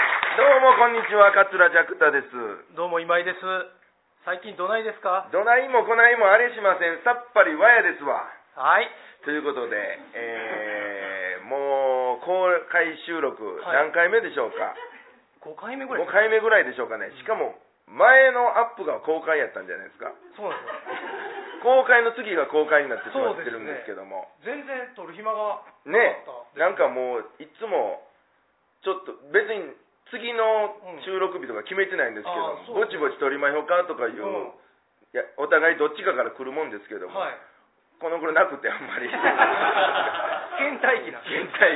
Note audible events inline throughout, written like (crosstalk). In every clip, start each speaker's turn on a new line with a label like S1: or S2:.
S1: こんにちは桂ジャクタです
S2: どうも今井です。最近どないですか
S1: どないもこないもあれしませんさっぱりわやですわ
S2: はい。
S1: ということで、えー、もう公開収録
S2: はい
S1: 何回目でしょうか、
S2: 5回目ぐ
S1: 5
S2: らいです
S1: 回目ぐらいでしょうかねしかも前のアップが公開やったんじゃないですか
S2: そうなんで
S1: 公開の次が公開になってしまってるんですけども
S2: すよ。全然撮る暇が。
S1: ね
S2: そう
S1: なんかもういつもちょっと別に次の収録日とか決めてないんですけ
S2: あーそ
S1: ど、
S2: う
S1: ぼちぼち取りまひょうかとかいう、
S2: うん
S1: いやお互いどっちかから来るもんですけども、
S2: はい。
S1: この頃なくてあんまり
S2: (laughs) 倦怠期なん
S1: 倦怠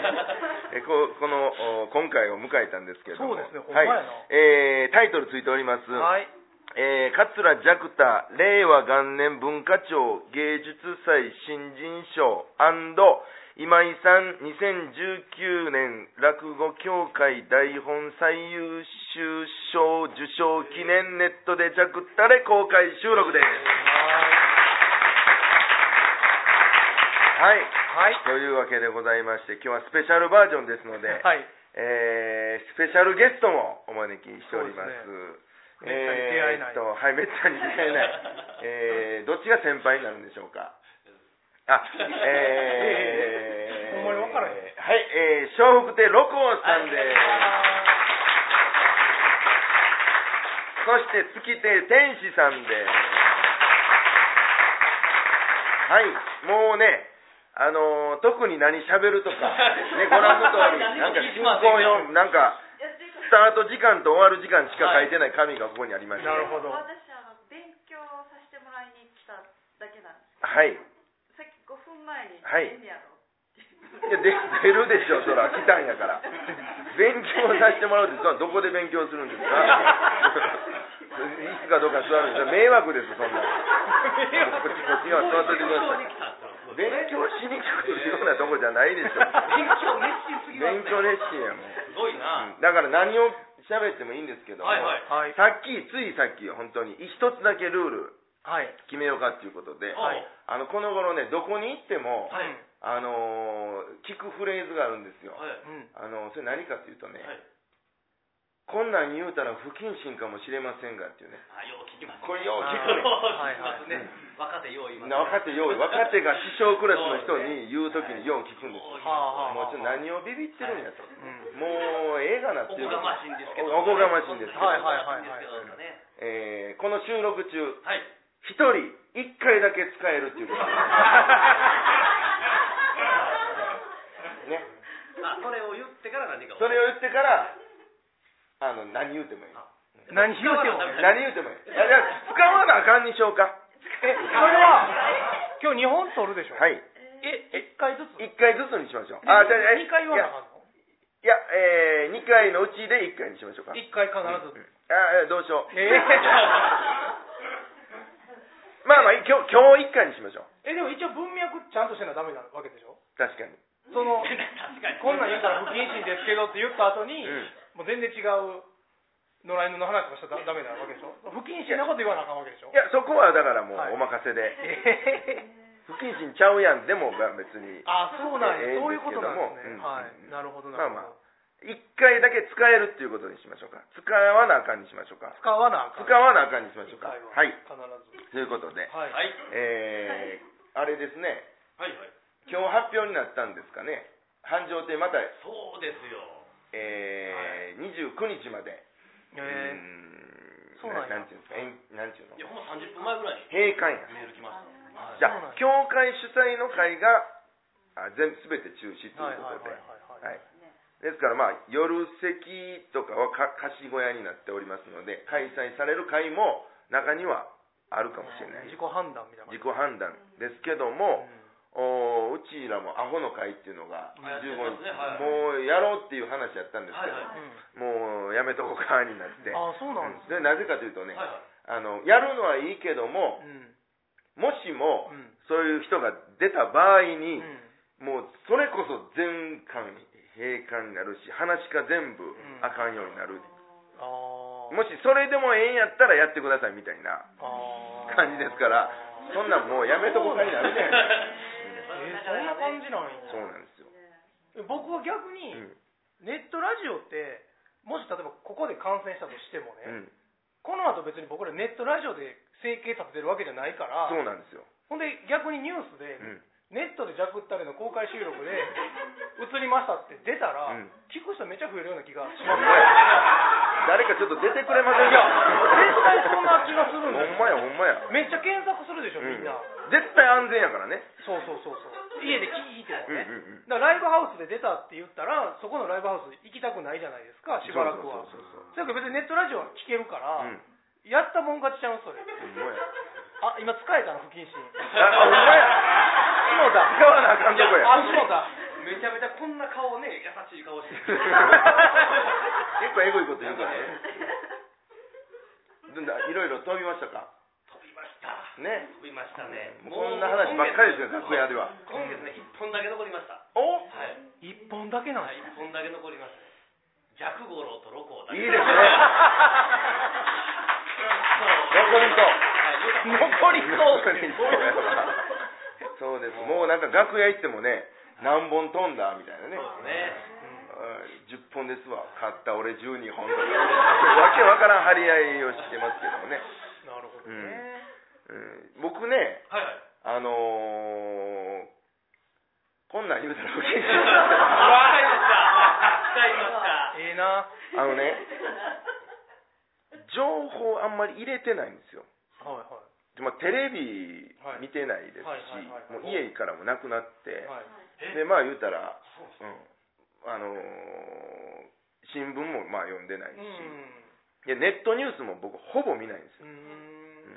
S1: 期えここのお今回を迎えたんですけども
S2: そうですねほんま
S1: はい
S2: やな
S1: えータイトルついております、
S2: はい。
S1: えー、桂ジャクタ令和元年文化庁芸術祭新人賞今井さん2019年落語協会台本最優秀賞受賞記念ネットでジャクタで公開収録です。はい。
S2: はい。
S1: というわけでございまして、今日はスペシャルバージョンですので、
S2: はい。はい。
S1: えースペシャルゲストもお招きしております。
S2: そうですねめったに出会えない
S1: えーっと、はい、めったに出会えない。えー
S2: (laughs)
S1: どっちが先輩になるんでしょうか。あ、えー、
S2: (laughs) ほんまに分からへん
S1: はい、えー、笑福亭六甲さんです。そして月亭天使さんです。はい、もうね、あのー特に何喋るとか、ね、ご覧の通
S2: (laughs)
S1: り、なんか進行表、なんか、スタート時間と終わる時間しか書いてない紙がここにありまして、
S2: なるほど
S3: 私あの勉強させてもらいに来ただけなんです
S1: はい。
S3: さっき5分前に
S1: はい
S3: 出んねやろっ
S1: いや
S3: て
S1: で出るでしょそら来たんやから勉強させてもらうってそらどこで勉強するんですか椅子かどうか座るんですか迷惑ですそんなこっちこっちは座っててください勉強しに来るようなとこじゃないでしょ
S2: 勉強熱心すぎます
S1: 勉
S2: ね
S1: 強熱心やもん
S4: すごいな。
S1: だから何を喋ってもいいんですけども、
S4: はいはい。
S2: はい。
S1: さっきついさっき本当に一つだけルール
S2: はい。
S1: 決めようかっていうことで、
S4: はい
S1: あのこの頃ねどこに行っても、
S4: はい
S1: あのー聞くフレーズがあるんですよ、
S4: はい。
S2: うん。
S1: あのそれ何かっていうとね、
S4: はい。
S1: こんなん言うたら不謹慎かもしれませんがっていうね
S4: あ、よう聞きます。
S1: これよう聞
S2: くね
S4: はいはい。ね。若手よう言いますね。
S1: 若手よう若手が師匠クラスの人に言うときによう聞くんですよ、
S2: はあはあ
S1: もうちょっと何をビビってるんやと、
S2: うん。
S1: もうええがなっ
S4: お
S1: て
S4: こ
S1: いう
S4: がましいんですけど。
S1: おこがましいんですけど、
S2: はいはいはい
S4: おこが
S2: はい
S4: ましいんですけどね
S1: えーこの収録中
S4: はい。
S1: 一人一回だけ使えるってい
S4: (laughs)
S1: うことでね
S4: あ、それを言ってから何か。
S1: それを言ってからあの何言うてもいい
S2: 何言うても
S4: 使わなあかん
S1: 何言うてもいいいやいや使わなあかんにしようか
S2: え、それは、今日2本撮るでしょ
S1: はい
S2: え、1回ずつ
S1: 一回ずつにしましょう
S2: あ、
S1: じ
S2: じ
S1: ゃあ
S2: ゃ2回言わなあかんの
S1: いやいやえー、2回のうちで1回にしましょうかあ
S2: ?1 回必ず。
S1: ーどうしよう
S2: えー
S1: (laughs) まあまあ今日今日1回にしましょう
S2: (laughs) え、でも一応文脈ちゃんとしてなダメなわけでしょ
S1: 確かに
S2: その、
S4: 確かに。
S2: こんなん言うたら不謹慎ですけどって言った後に、
S1: うん
S2: もう全然違う野良犬の話とかしちゃダメなわけでしょ不謹慎なこと言わなあかんわけでしょ
S1: いやそこはだからもう
S2: はい
S1: お任せで、
S2: (laughs) え
S1: 不謹慎ちゃうやんでもまあ別に
S2: ー (laughs) あそうなん
S1: ええ
S2: や、そういうことなんです
S1: ええんですけど
S2: ね、
S1: も
S2: はい
S1: うん
S2: なるほどな
S1: まあ
S2: るほど、
S1: まあ1回だけ使えるっていうことにしましょうか使わなあかんにしましょうか
S2: 使わなあか
S1: 使
S2: ん
S1: わなあかんにしましょうか
S2: は
S1: はい
S2: 必ず
S1: ということで、
S2: はい、
S4: はい。
S1: えー、あれですね
S4: はいはい。
S1: 今日発表になったんですかね繁盛亭また、
S4: そうですよ。
S1: えー29日まで
S2: え
S1: う
S2: ー
S1: ーん
S2: そうなんや
S1: なんていうんですかえんなんていう
S4: い
S1: の
S4: や、ほんま30分前ぐらいに
S1: 閉館や
S4: メール来ました。はい
S1: じゃ
S2: そう
S1: あ
S2: なんや
S1: 教会主催の会があ全すべて中止と
S2: はいいはいう
S1: ことで、
S2: はいはい、
S1: はいですからまあ夜席とかはか貸し小屋になっておりますので開催される会も中にはあるかもしれない自
S2: 自己判断みたいな
S1: 己判断ですけど
S2: 断
S1: も、おーうちらもアホの会っていうのが
S4: あやって
S1: 15
S4: ます
S1: 日、
S4: ねはい
S1: もうやろうっていう話やったんです
S4: は
S1: け
S4: い
S1: ど、
S4: はい。
S1: も
S2: うん
S1: うやめとこうかになって
S2: あそうなんです
S1: で
S2: ね、
S1: なぜかというとね、
S4: はいはい。
S1: あのやるのはいいけどももしも
S2: うんうん
S1: そういう人が出た場合
S2: う
S1: に、
S2: ん
S1: もうそれこそ全館閉館になるし話が全部あかんようになる、
S2: あー
S1: もしそれでもええんやったらやってくださいみたいな
S2: あー
S1: 感じですからそんなんもうやめとこうかになるじゃない
S2: えーそんな
S4: (laughs)
S2: 感じなんや
S1: ですかそうなんですよ、
S2: 僕は逆に、
S1: うん
S2: ネットラジオってもし例えばここで感染したとしても
S1: う
S2: ね、
S1: ん、
S2: この後別に僕らネットラジオで生計立ててるわけじゃないから、
S1: そうなんですよ、
S2: ほんで逆にニュースで、
S1: うん、
S2: ネットでジャクったりの公開収録で映りましたって出たら、
S1: うん (laughs)
S2: 聞く人めっちゃ増えるような気がし
S1: ほ
S2: ま
S1: ん
S2: す
S1: まや誰かちょっと出てくれません
S2: いや
S1: か
S2: 絶対そんな気がするん
S1: ほ
S2: だよ
S1: んまやほんまや、
S2: めっちゃ検索するでしょみんな、
S1: うん絶対安全やからね
S2: そうそうそうそう家で聞いても
S1: うん
S2: ね、
S1: うんうん
S2: だからライブハウスで出たって言ったらそこのライブハウス行きたくないじゃないですかしばらくは
S1: そうそうそう
S2: だけど別にネットラジオは聞けるか
S1: そううん
S2: ら、やったもん勝ちちゃいますそれ
S1: ほん
S2: (laughs)
S1: まや
S2: あ今使えたの不謹慎
S1: あほんまや
S2: 篠田
S1: 使わなあかんとこや
S2: あ篠田めちゃめちゃこんな顔ね
S4: 優しい顔してる
S1: (laughs) 結構エグいこと言うからねどんないろいろ飛びましたか
S4: 飛びました
S1: ね
S4: 飛びましたね
S1: もうこんな話ばっかりですよ楽屋では
S4: 今月ね一本だけ残りました
S1: お
S4: はい
S2: 一本だけなん
S4: はい
S2: です
S4: 一本だけ残りましたね弱五郎とロコだ
S1: い
S4: け
S1: いですね
S4: 残
S1: りんと
S4: 残りと
S1: 残りんと (laughs) そうですもうなんか楽屋行ってもね何本飛んだみたいなね
S4: そうですね
S1: 10本ですわ買った俺12本とかわけわからん張り合いをしてますけどもね、
S2: なるほどね、
S1: うん、僕ね
S4: はいはい
S1: あのー、こんなん言うたら不謹慎
S4: わかりました使いました
S2: ええな
S1: あのね情報あんまり入れてないんですよ
S2: はいは
S1: でまあ、テレビ見てないですし、
S2: はいはいはいはい
S1: もう家からもなくなって、
S2: いはい
S1: でまあ言うたら、
S4: そうです
S1: うんあのー新聞もまあ読んでないし、
S2: う
S1: でネットニュースも僕ほぼ見ないんですよ
S2: んうん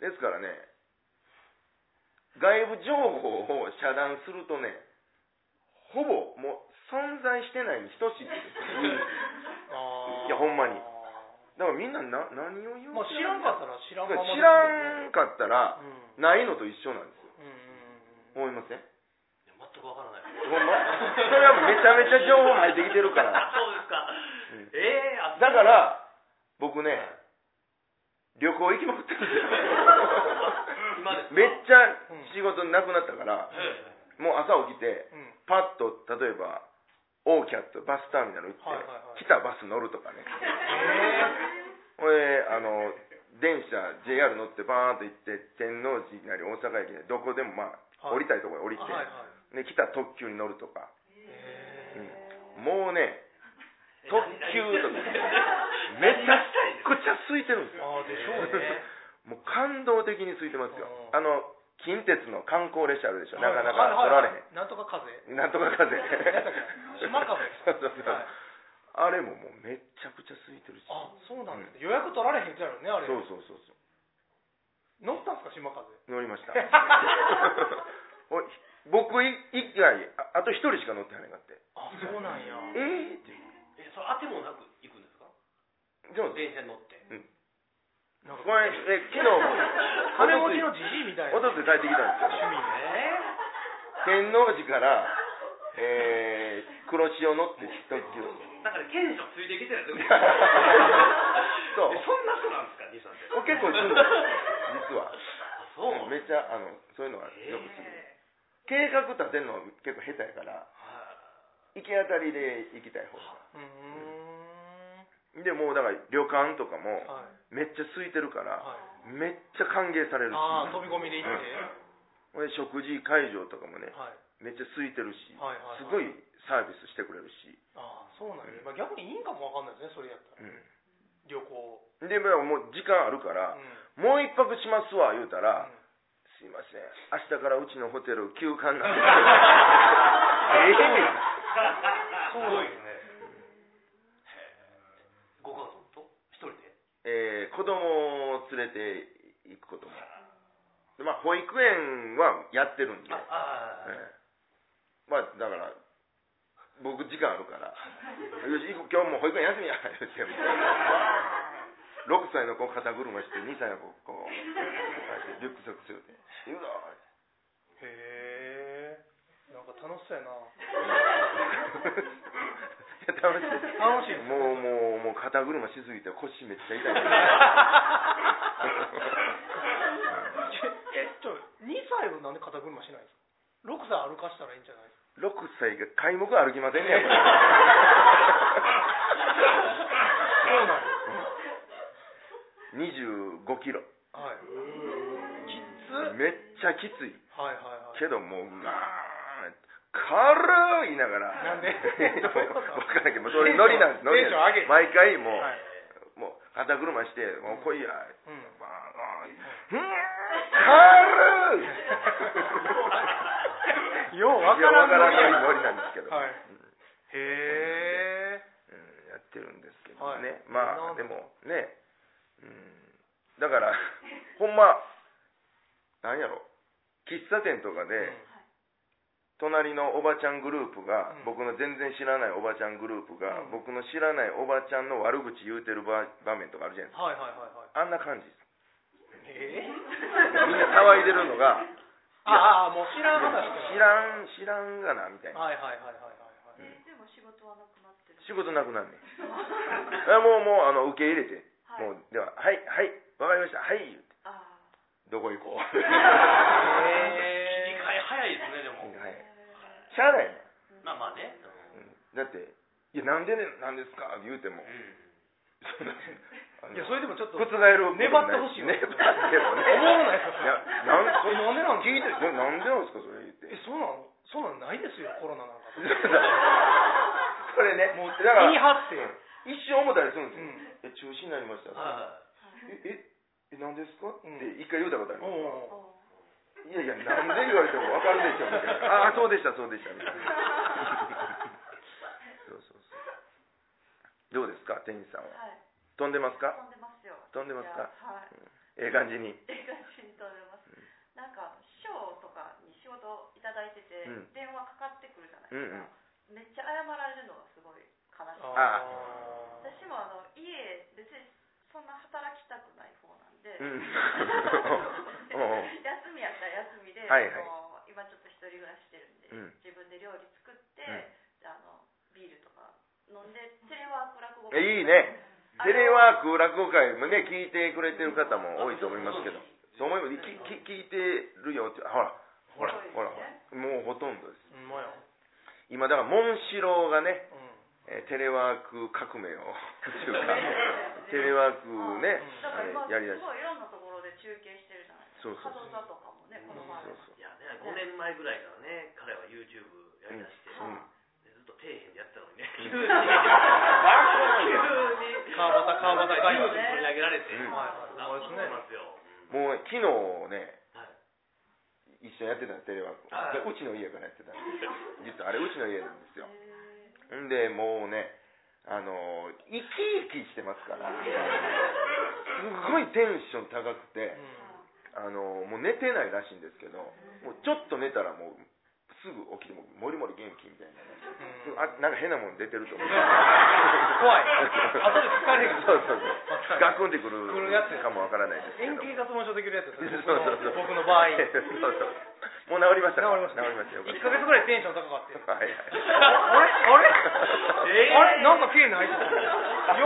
S1: ですからね外部情報を遮断するとねほぼもう存在してないに等しい (laughs) んです
S2: あー
S1: いやほんまによだからみんなな何を言う
S2: まあ知らんかったら知らんままです
S1: 知
S2: よね
S1: らんかったら
S2: うん
S1: ないのと一緒なんですよ
S2: うんうんうん
S1: 思いません
S4: いや全くわから (laughs) ない
S1: ほんまそれはもうめちゃめちゃ情報入ってきてるから (laughs)
S4: そうですか
S1: ん
S4: ええあ
S1: だから僕ね、
S4: はい
S1: 旅行行きまくってるんですよ
S4: 今ですか
S1: めっちゃ仕事なくなったから、
S4: ええ
S1: もう朝起きて
S2: うん
S1: パッと例えばオーキャットバスターミナル行って、
S2: はいはいはい
S1: 来たバス乗るとかねこあの電車 JR 乗ってバーンと行って天王寺なり大阪駅でどこでもまあ、
S2: はい
S1: 降りたいところに降りて、
S2: あはいは
S1: で
S2: い
S1: 来た特急に乗るとか、
S2: へ
S1: うんもうね特急
S4: (laughs)
S1: とか
S2: (laughs)
S1: めちゃくちゃ空いてるんです
S2: ー
S1: よ
S2: あーでしょうね
S1: (laughs) もう感動的に空いてますよ
S2: あー
S1: あの近鉄の観光列車あるでしょなかなか乗られへん
S2: んなんとか風
S1: なんとか風
S2: なんだっけ島風
S1: (laughs) そうそうそう
S2: はい
S1: あれももうめっちゃくちゃ空いてるし
S2: あそうなんですね予約取られへんじゃろうねあれ
S1: そうそうそうそう
S2: 乗ったんすか島風
S1: 乗りました
S2: (laughs)
S1: おい僕い以外ああと一人しか乗ってはねんかって
S2: あそうなんや
S1: えーって
S4: えそれ当てもなく行くんですか
S1: でも
S4: 電車に乗って
S2: なんか
S1: これえ昨日
S2: 金持ちのじじいみたいな
S1: おとつい帰ってきたんですよ
S2: 趣味ね
S1: 天王寺から、えー、黒潮乗って特急
S4: だから賢者ついてきてるやつ (laughs) そう
S1: そう
S4: えそんな人なんですか西さん (laughs) って
S1: お結構するんです実は
S4: あ (laughs) そうなん
S1: め
S4: です
S1: っちゃあのそういうのがよくする計画立てるの結構下手やから行き当たりで行きたい方が
S2: うーん
S1: でもうだから旅館とかも
S2: はい
S1: めっちゃ空いてるから
S2: はい
S1: めっちゃ歓迎されるし
S2: ああ飛び込みで行って、
S1: 俺食事会場とかもね
S2: はい
S1: めっちゃ空いてるし
S2: はいはいはい
S1: すごいサービスしてくれるし
S2: ああそうなんや、まあ、逆にいいんかもわかんないですねそれやったら旅行
S1: うんでまあもう時間あるか
S2: う
S1: ら
S2: ん
S1: もう一泊しますわ言うたら
S2: う
S1: すいません明日からうちのホテル休館なん
S4: (laughs)
S1: で (laughs) え
S4: すごいですねへえご家族と一人で
S1: えー子供を連れて行くこともでまあ保育園はやってるんで、
S4: ああ
S1: ええまあだから僕時間あるから「よし行く今日もう保育園休みや」 (laughs) 言って6歳の子肩車して2歳の子こうリュックサック背負って「行くぞ!
S2: んへえんか楽しそうや (laughs) な」
S1: いや楽しいです
S2: 楽しいですね
S1: もうもうもう肩車しすぎて腰めっちゃ痛い
S2: (laughs)
S1: です
S2: えちょ2歳はなんで肩車しないんですか6歳歩かしたらいいんじゃないですか
S1: 6歳が皆目歩きませんね
S4: そ
S2: そうなんや
S1: 25キロ
S2: はいきつはい
S1: めっちゃきつい
S2: はいはい
S1: けどもううわー軽い言いながら
S2: なんで
S1: 分
S2: どういうこと
S1: からんけどもうそれノリなんですノリ
S2: テンション上げて
S1: 毎回もう、
S2: はい
S1: もう肩車して「もう来いや」
S2: うん
S1: (laughs) バーン軽い
S2: ようわからん
S1: いやわからんノ
S2: ノ
S1: リ
S2: リ
S1: な
S2: や
S1: んですけど、
S2: はい
S1: うん
S2: へえ
S1: うんやってるんですけど
S2: はい
S1: ね、ま
S2: な
S1: あ
S2: ん
S1: でもね、うん、だから (laughs) ほんまなんやろ喫茶店とかで、隣のおばちゃんグループが、
S2: うん
S1: 僕の全然知らないおばちゃんグループが、
S2: うん
S1: 僕の知らないおばちゃんの悪口言うてる場場面とかあるじゃないですか
S2: はいはいはいはい
S1: あんな感じです
S2: ええ
S1: みんな騒いでるのが
S2: (laughs) ああもう知らん話
S1: 知らん知らんがなみたいな
S2: はいはいはいはいはいはい
S3: えでも仕事はなくなってる。
S1: 仕事なくなんねんあもうもうあの受け入れて、
S3: はい
S1: もうでは「はいはいわかりましたはい」言うて (laughs)
S3: ああ。
S1: どこ行
S2: (laughs)
S1: こう
S4: 切り替え早いですね、でも。
S1: はい
S3: え
S1: しゃあないな
S3: ー
S4: まあまあね。
S1: だって「いやなんでねなんですか?」言うても
S4: う
S1: そんなあの
S2: いやそれでもちょっと
S1: 覆ることない
S2: 粘ってほしいわ
S1: 粘ってもね
S2: 思わない
S1: いやなんそ
S2: なんでなん
S1: 聞いてでなんでなんですかそれ言って
S2: えそうなのそうなのないですよコロナなんか
S1: それね
S2: もう
S1: だから
S2: 言い張って
S1: 一瞬思ったりするんですよ、え
S2: うん
S1: 中止になりました、
S4: んは
S1: えええなんですか、
S2: うん
S1: って一回言うたことあります
S2: おうおう
S3: お
S1: いやいや、なんで言われても分かるでしょ、みたい (laughs) な。ああ、そうでした、そうでした、みたいな。 (laughs) そうそうそう。どうですか、店員さん
S3: ー
S1: は。
S3: はい。
S1: 飛んでますか
S3: 飛んでますよ。
S1: 飛んでますか
S3: いやはい。
S1: ええ感じに。
S3: ええ感じに飛んでます。なんか師匠とかに仕事をいただいてて、
S1: うん
S3: 電話かかってくるじゃない
S1: うんう
S3: です
S1: ん
S3: か。。めっちゃ謝られるのがすごい悲しい。
S1: あ
S3: 私もあの家別にそんな働きたくない方なんで、 (laughs)
S1: うんおうおう
S3: 休みやったら休みで、
S1: はいはい
S3: あの今ちょっと一人暮らししてるんで、
S1: うん
S3: 自分で料理作って、
S1: うん
S3: であのビールとか飲んでテレワーク落語
S1: えいいね。テレ
S3: (laughs)
S1: ワーク落語会もね、聞いてくれてる方も多いと思いますけど。そう思います。きき聞いてるよって、ほら、ほら、ほら、ほらもうほとんどです。
S2: うんまや
S1: 今、だから、モンシローがね、
S2: うん
S1: えーテレワーク革 (laughs) 命をというかテレワークね
S3: だから今、
S1: えーやりだ
S3: す
S1: し
S3: ごいいろんなところで中継してるじゃないです
S1: そうそ
S3: か
S1: うそう
S3: 角座とかもねこの前
S1: そうそう
S4: いやね、5年前ぐらいからね、彼は YouTube やりだして、
S1: うん
S4: でずっと底辺でやってたのにね、急に、急に、
S2: 川端川端
S4: ガ
S2: 会
S4: イ
S2: 議
S4: に取り上げられて、
S1: うん
S2: はいはい
S4: 頑張ってますよ。うん
S1: もう昨日ね
S4: はい
S1: 一緒にやってたんですテレワーク
S4: あ
S1: でうちの家からやってたんです実はあれうちの家なんですよ
S3: えー
S1: んでもうねあのー生き生きしてますからすごいテンション高くてあ
S2: う、ん
S1: のーもう寝てないらしいんですけどもうちょっと寝たらもうすぐ起きてもうもりもり元気みたいなね
S2: うん
S1: あなんか変なもん出てると思う
S2: 怖い後で疲れる
S1: そうそうそうガクンってくる
S2: くるやつ
S1: かもわからないですけ
S2: 円
S1: ど
S2: 形脱毛症できるやつです
S1: そう
S2: ね
S1: そうそう
S2: 僕の場合
S1: そうそうもう治りましたか
S2: 治りました
S1: 治りましたよ
S2: 1ヶ月ぐらいテンション高かったよ
S1: はいはい
S2: あれあれ、
S4: えー
S2: なんか毛ないぞ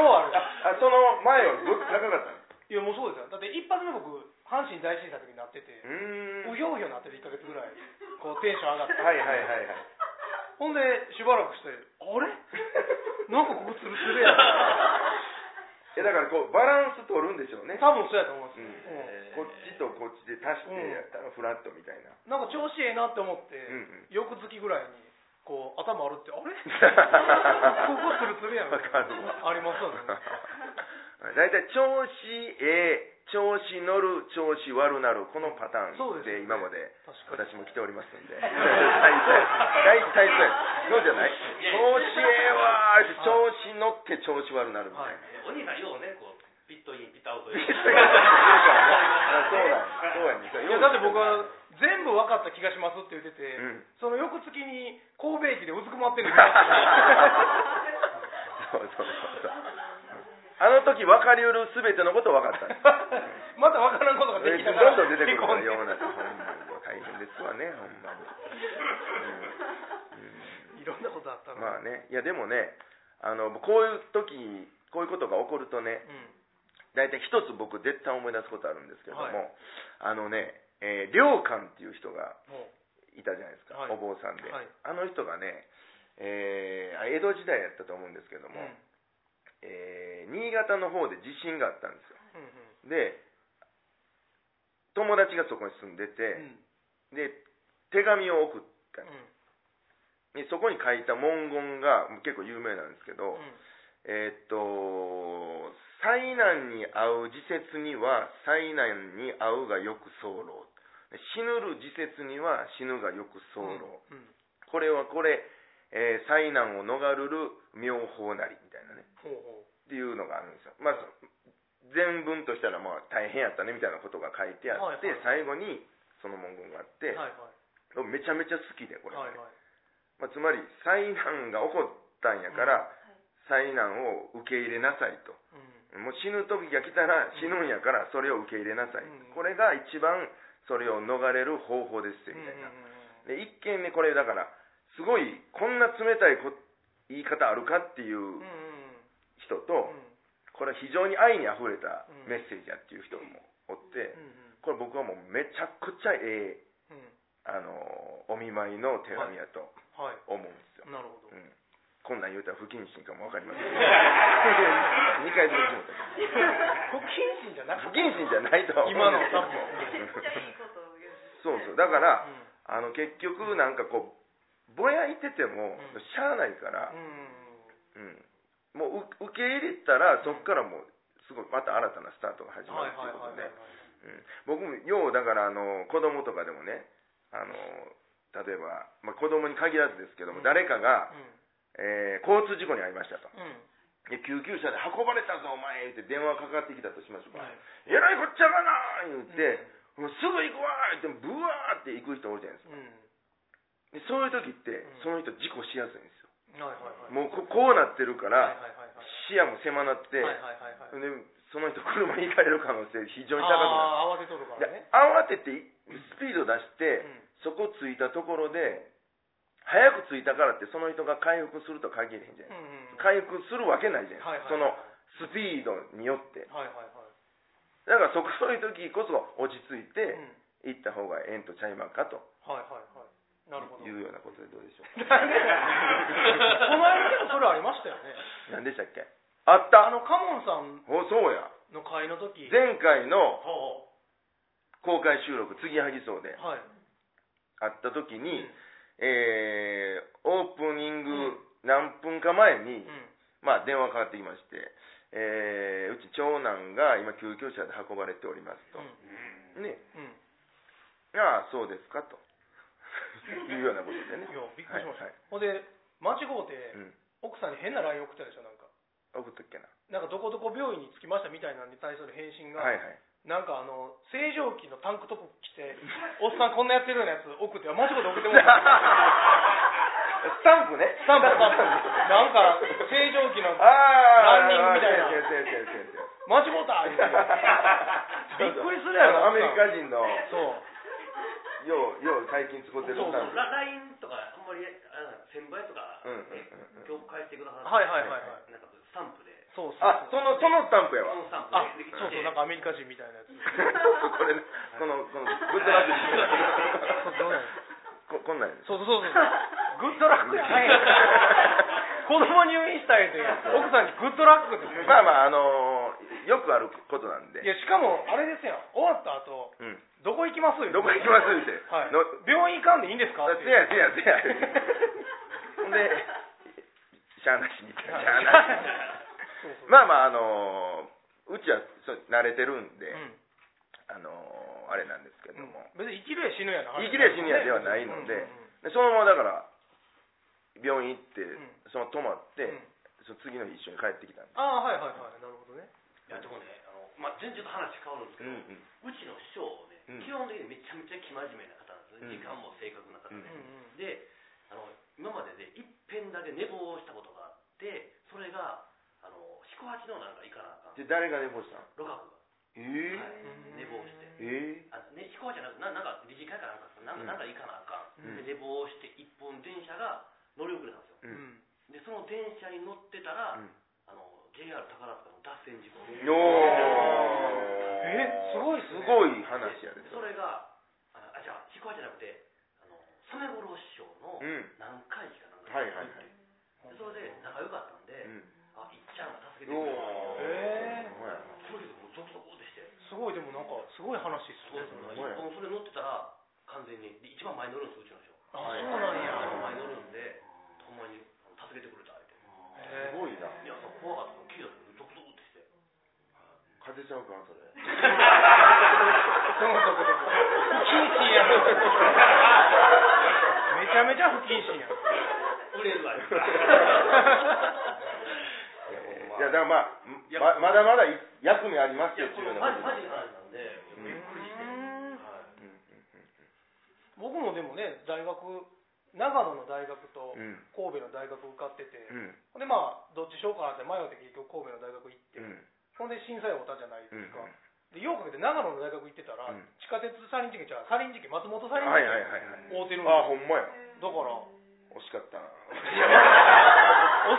S2: ようある
S1: (laughs) あその前はどっち高かったの
S2: いやもうそうですよだって一発目僕阪神大震災の時になってて
S1: うーん
S2: うひょうひょうなってて1ヶ月ぐらいこうテンション上がって
S1: はいはいはいはい
S2: ほんでしばら
S1: (laughs)
S2: くしてあれなんかここツルツルや
S1: えだからこうバランス取るんでしょうね
S2: 多分そうやと思う
S1: う
S2: ん
S1: ん
S2: ですよ、う
S1: こっ
S2: ん
S1: ちとこっちで足してやったらフラットみたいな
S2: なんか調子ええなって思って、
S1: うんうん
S2: 翌月ぐらいに (laughs) こう頭あるってあ
S1: (laughs)
S2: れここツルツルやん
S1: わかるわ
S2: ありますよね
S1: 大体調子ええ調子乗る調子悪なるこのパター
S2: そう
S1: ン
S2: ですよ
S1: で
S2: ね
S1: 今まで
S2: 確かに
S1: 私も来ております
S2: (laughs)
S1: んで大体大体そうやそうじゃない調子ええわーって調子乗って調子悪なるみたいな、
S2: はい
S4: お兄さん、ようね、こう、ピットイン、ピットアウト。
S1: そうだね。そうだね。そうだね。
S2: いやだって僕 (laughs) は全部分かった気がしますって言ってて、
S1: うん
S2: その翌月に神戸駅でうずくまってるんですよ
S1: そうそうそうそう。あの時分かりうるすべてのことを分かった。
S2: また分からん (laughs) ことが
S1: ど
S2: できたから
S1: んどん出てくるからような。
S2: 結
S1: ほん
S2: 婚ね
S1: まにもう大変ですわね、ほんまに。
S2: いろんなことあった
S1: うん
S2: の、
S1: まあね、いやでもね、あのこういう時こういうことが起こるとね、
S2: う
S1: 大体一つ僕絶対思い出すことあるんですけども、
S2: はい
S1: あのね、えー、良寛っていう人が
S2: んもう
S1: いたじゃないですか、
S2: はい
S1: お坊さんで、
S2: はい
S1: あの人がね、えーあ江戸時代やったと思うんですけども、
S2: うん
S1: えー新潟の方で地震があったんですよ
S2: うん
S1: で友達がそこに住んでて、
S2: うん
S1: で手紙を送ったん
S2: うん
S1: ですでそこに書いた文言が結構有名なんですけど、
S2: うん
S1: えーっと災難に遭う時節には災難に遭うがよく候死ぬる時節には死ぬがよく候、
S2: うん
S1: これはこれ、えー災難を逃るる妙法なりみたいなね
S2: ほうほ
S1: っていうのがあるんですよまあそ全文としたらまあ大変やったねみたいなことが書いてあって、
S2: はいは
S1: 最
S2: い
S1: 後にその文言があっ
S2: う
S1: て、
S2: はいはい
S1: めちゃめちゃ好きでこれ、
S2: はいはい
S1: まあ、つまり災難が起こったんやから、災難を受け入れなさいと
S2: うん
S1: もう死ぬ時が来たら死ぬんやからそれを受け入れなさい、
S2: うん
S1: これが一番それを逃れる方法ですよみたいな、
S2: うんうんうん
S1: で一見ねこれだからすごいこんな冷たいこ言い方あるかっていう
S2: う
S1: 人と、
S2: んうんうんうん
S1: これは非常に愛にあふれたメッセージやっていう人もおって、これ僕はもうめちゃくちゃええ
S2: うんうん
S1: あのお見舞いの手紙やと
S2: は
S1: 思うんですよ、
S2: いなるほど
S1: うんこんなん言うたら不謹慎かもわかりま (laughs) せんけど二回続きました
S2: 不謹慎じゃな
S1: 不
S2: くて
S1: 謹慎じゃないとは思うんですけど
S3: めっちゃいいことを言う。
S1: そうそうだか
S2: う
S1: ら、
S2: ん
S1: あの結局なんかこうぼやいてても
S2: うん
S1: しゃあないから
S2: う、ん
S1: うんもうう受け入れたらそこからもうすごいまた新たなスタートが始ま
S2: はい
S1: るとこ
S2: はいいうはい
S1: と
S2: は
S1: でう
S2: い
S1: ん僕もようだからあの子供とかでもねあの例えば、まあ、子供に限らずですけども、
S2: うん
S1: 誰かが、
S2: うん
S1: えー交通事故に遭いましたと
S2: うん
S1: で救急車で運ばれたぞお前って電話かかってきたとしましょうか、
S2: はい
S1: えらいこっちゃがな言って、もうすぐ行くわ言ってブワーって行く人おるじゃないですかで
S2: うん
S1: そういう時って、
S2: ん
S1: その人事故しやすいんですよ
S2: はいはいはい
S1: もうここうなってるか
S2: はいは
S1: ら、
S2: いはいはい
S1: 視野も狭なって、
S2: はいはいはいはい
S1: でその人車に行かれる可能性非常に高くなる
S2: ああー慌てとるから
S1: で
S2: ね
S1: 慌ててスピード出して、
S2: うん
S1: そこ着いたところで早く着いたからってその人が回復すると限らへんじゃ
S2: う
S1: ない、回
S2: んうんはい
S1: 復するわけないじゃ
S2: は
S1: ない、
S2: いはい
S1: そのスピードによって
S2: はいはいは
S1: だからそこそういう時こそ落ち着い
S2: いうん
S1: て行った方がええんとちゃいまんかと
S2: はいはいはいなるほ
S1: い
S2: ど
S1: うようなことでどうでしょ
S2: この (laughs) 間でもそれありましたよね
S1: う何でしたっけあっ
S2: あ
S1: た
S2: のカモンさん
S1: おそうや
S2: の会の時
S1: 前回の
S2: ほ
S1: 公開収録「次はぎそう」で
S2: うはい
S1: あった時に、
S2: うん
S1: えーオープニング何分か前に、
S2: うん
S1: まあ、電話かかってきまして、えーうち長男が今救急車で運ばれております
S2: う
S1: と、
S2: ん
S1: ね
S2: うん
S1: ああそうですか
S2: (laughs)
S1: というようなことでね
S2: いやびっくりしました、
S1: はいはい
S2: ほんで間違うて、
S1: うん
S2: 奥さんに変な LINE 送ったでしょなんか
S1: 送ったっけな
S2: なんかどこどこ病院に着きましたみたいなのに対する返信が、
S1: はいはい
S2: なんかあの正常期のタンクトップ着て (laughs) おっさんこんなやってるようなやつ送って間違うて送っても
S1: (laughs)
S2: らった
S1: スタンプね
S2: スタンプスタンプなんか正常期の
S1: ああ
S2: ランニングみたいな
S1: 違う違う違う違う違う
S2: 間違うた言うてびっくりするやろ
S1: アメリカ人の
S2: そう
S1: ようよう最近使って
S4: そう
S1: る
S4: そう
S1: スタンプ
S4: LINE とかあんまりあの先輩とか、
S1: うんうんうん
S4: ね今日帰ってくださって
S2: はいはいはいはい
S4: なんかスタンプで
S2: そうそう
S1: あそのそのスタンプや
S4: こ
S2: (laughs)
S1: わ
S4: のスタンプ
S2: あ
S4: でできて
S2: そうそうなんかアメリカ人みたいなやつ
S1: これねこのこのグッドラック
S2: どうなんです
S1: ここんなんやね
S2: そうそうそうそう。グッドラックや (laughs) ない子供入院したいって奥さんにグッドラックって言う。
S1: まあまああのーよくあることなんで
S2: いやしかもあれですよ。終わった後
S1: うん
S2: どこ行きます？
S1: どこ行きますって
S2: はい
S1: の。
S2: 病院行かんでいいんですか？
S1: あ
S2: って
S1: せやせやせや (laughs) ほんでしゃあなしにしゃあなし
S2: そ
S1: に
S2: う
S1: (laughs)
S2: そう。
S1: まあまああのーうちはそう慣れてるんで、
S2: (laughs) うん
S1: あのーあれなんですけども、
S2: 別に生きるや死ぬやな。
S1: 生きるや死ぬやではないので
S2: うん
S1: でそのままだから病院行って、
S2: ん
S1: その泊まって、
S2: うんうん
S1: その次の日一緒に帰ってきたんで
S2: ああはいはいはいなるほどね。
S4: いやでもねあの、まあ、全然ちょっと話変わるんですけ
S1: す
S4: ど、うちの師匠ね、
S1: うん
S4: 基本的にめちゃめちゃ生真面目な方なんです
S1: うん
S4: ね、時間も正確な方で、
S1: うん
S2: うんうん。
S4: であの今までで一遍だけ寝坊したことがあってそれがあの四股八のなんか行かなあかん
S1: で誰が寝坊したの
S4: ロカクが、は
S1: え
S4: い寝坊して
S1: え
S4: あね、飛行じゃなくてななんか理事会かなんかですなんかなんか行かなあかん、
S1: うん
S4: で寝坊して一本電車が乗り遅れたんですよ
S1: う
S2: うんん。
S4: でその電車に乗ってたら、
S1: うん
S4: あの JR 宝塚の脱線事故
S1: よー
S2: えすごいっすね
S1: すごい話やで
S4: でそれがああじゃあ飛行じゃなくてあの染五郎師匠の
S1: うん
S4: 何回かなんか
S1: はいはいはい
S4: でそれで仲良かったんで、
S1: うん
S4: あいっちゃんが助出てくる
S1: おー
S2: へー
S4: ほんまやなそれでもうゾクゾクってして
S2: すごいでもなんかすごい話っす
S4: そう
S2: ね
S4: です
S1: ほん
S4: ね
S1: まや
S4: 一本それ乗ってたら完全にで一番前に乗るんですようちの人
S2: あ
S1: はい
S2: そうなんや
S4: 前に乗るんでほんまに助けてくれたって
S2: へー
S1: す
S2: (laughs)
S1: ごいない
S4: やそう怖かったの聞いた時ゾクゾクってして
S1: 勝てちゃうかそれ
S2: (laughs) どうもどうもどうも不謹慎やなめちゃめちゃ不謹慎やん
S4: 売れるわよ
S1: いや
S4: ほんま
S1: だからまあ
S4: いや
S1: ままだまだい役にあります
S4: いや
S1: よっ
S4: こ
S1: てい
S4: れ
S1: うよう
S4: マ
S1: な
S4: ジ
S1: こ
S4: マ
S1: と
S4: ジな話なんでびっくりしてはい
S1: うん
S2: 僕もでもね大学長野の大学と
S1: うん
S2: 神戸の大学受かってて、
S1: うんうん
S2: ほんでまあどっちしようかなって迷って結局神戸の大学行って、
S1: うん
S2: ほんで震災おったじゃない
S1: う
S2: で
S1: ん
S2: すか、でようかけて長野の大学行ってたら、
S1: うん
S2: 地下鉄サリン事件じゃうサリン事件松本サリ
S1: は
S2: ン
S1: いはいはい
S2: 事件
S1: はい
S2: 会う
S1: あ
S2: てるんですよ
S1: ほんまや
S2: だ
S1: 惜
S2: から
S1: しかったな